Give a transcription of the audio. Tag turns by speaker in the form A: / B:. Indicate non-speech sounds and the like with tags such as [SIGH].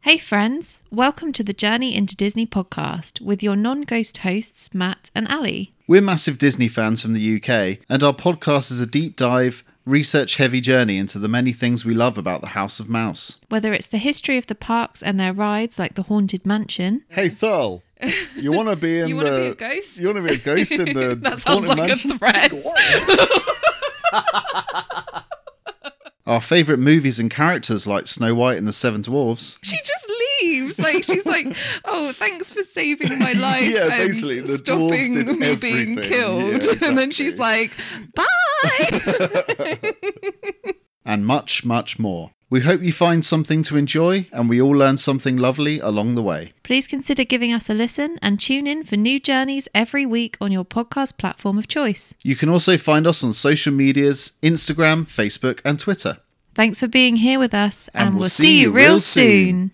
A: Hey, friends, welcome to the Journey into Disney podcast with your non ghost hosts, Matt and Ali.
B: We're massive Disney fans from the UK, and our podcast is a deep dive, research heavy journey into the many things we love about the House of Mouse.
A: Whether it's the history of the parks and their rides, like the Haunted Mansion,
C: Hey Thurl, you want to
A: [LAUGHS]
C: be in
A: You wanna
C: the?
A: be a ghost? [LAUGHS]
C: You want to be a ghost in the?
A: That sounds
C: haunted
A: like a
C: mansion?
A: [LAUGHS] threat.
C: What?
B: Our favourite movies and characters like Snow White and the Seven Dwarfs.
A: she just leaves. Like, she's like, oh, thanks for saving [LAUGHS] my life
C: Yeah,
A: and
C: basically, the dwarves
A: stopping
C: did
A: me being
C: everything.
A: killed. [LAUGHS]
C: Yeah,
A: And then
C: exactly.
A: she's like, [LAUGHS] bye.
B: and much, much more. We hope you find something to enjoy and we all learn something lovely along the way.
A: Please consider giving us a listen and tune in for new journeys every week on your podcast platform of choice.
B: You can also find us on social medias Instagram, Facebook, and Twitter.
A: Thanks for being here with us, and,
B: And
A: we'll, see you real soon.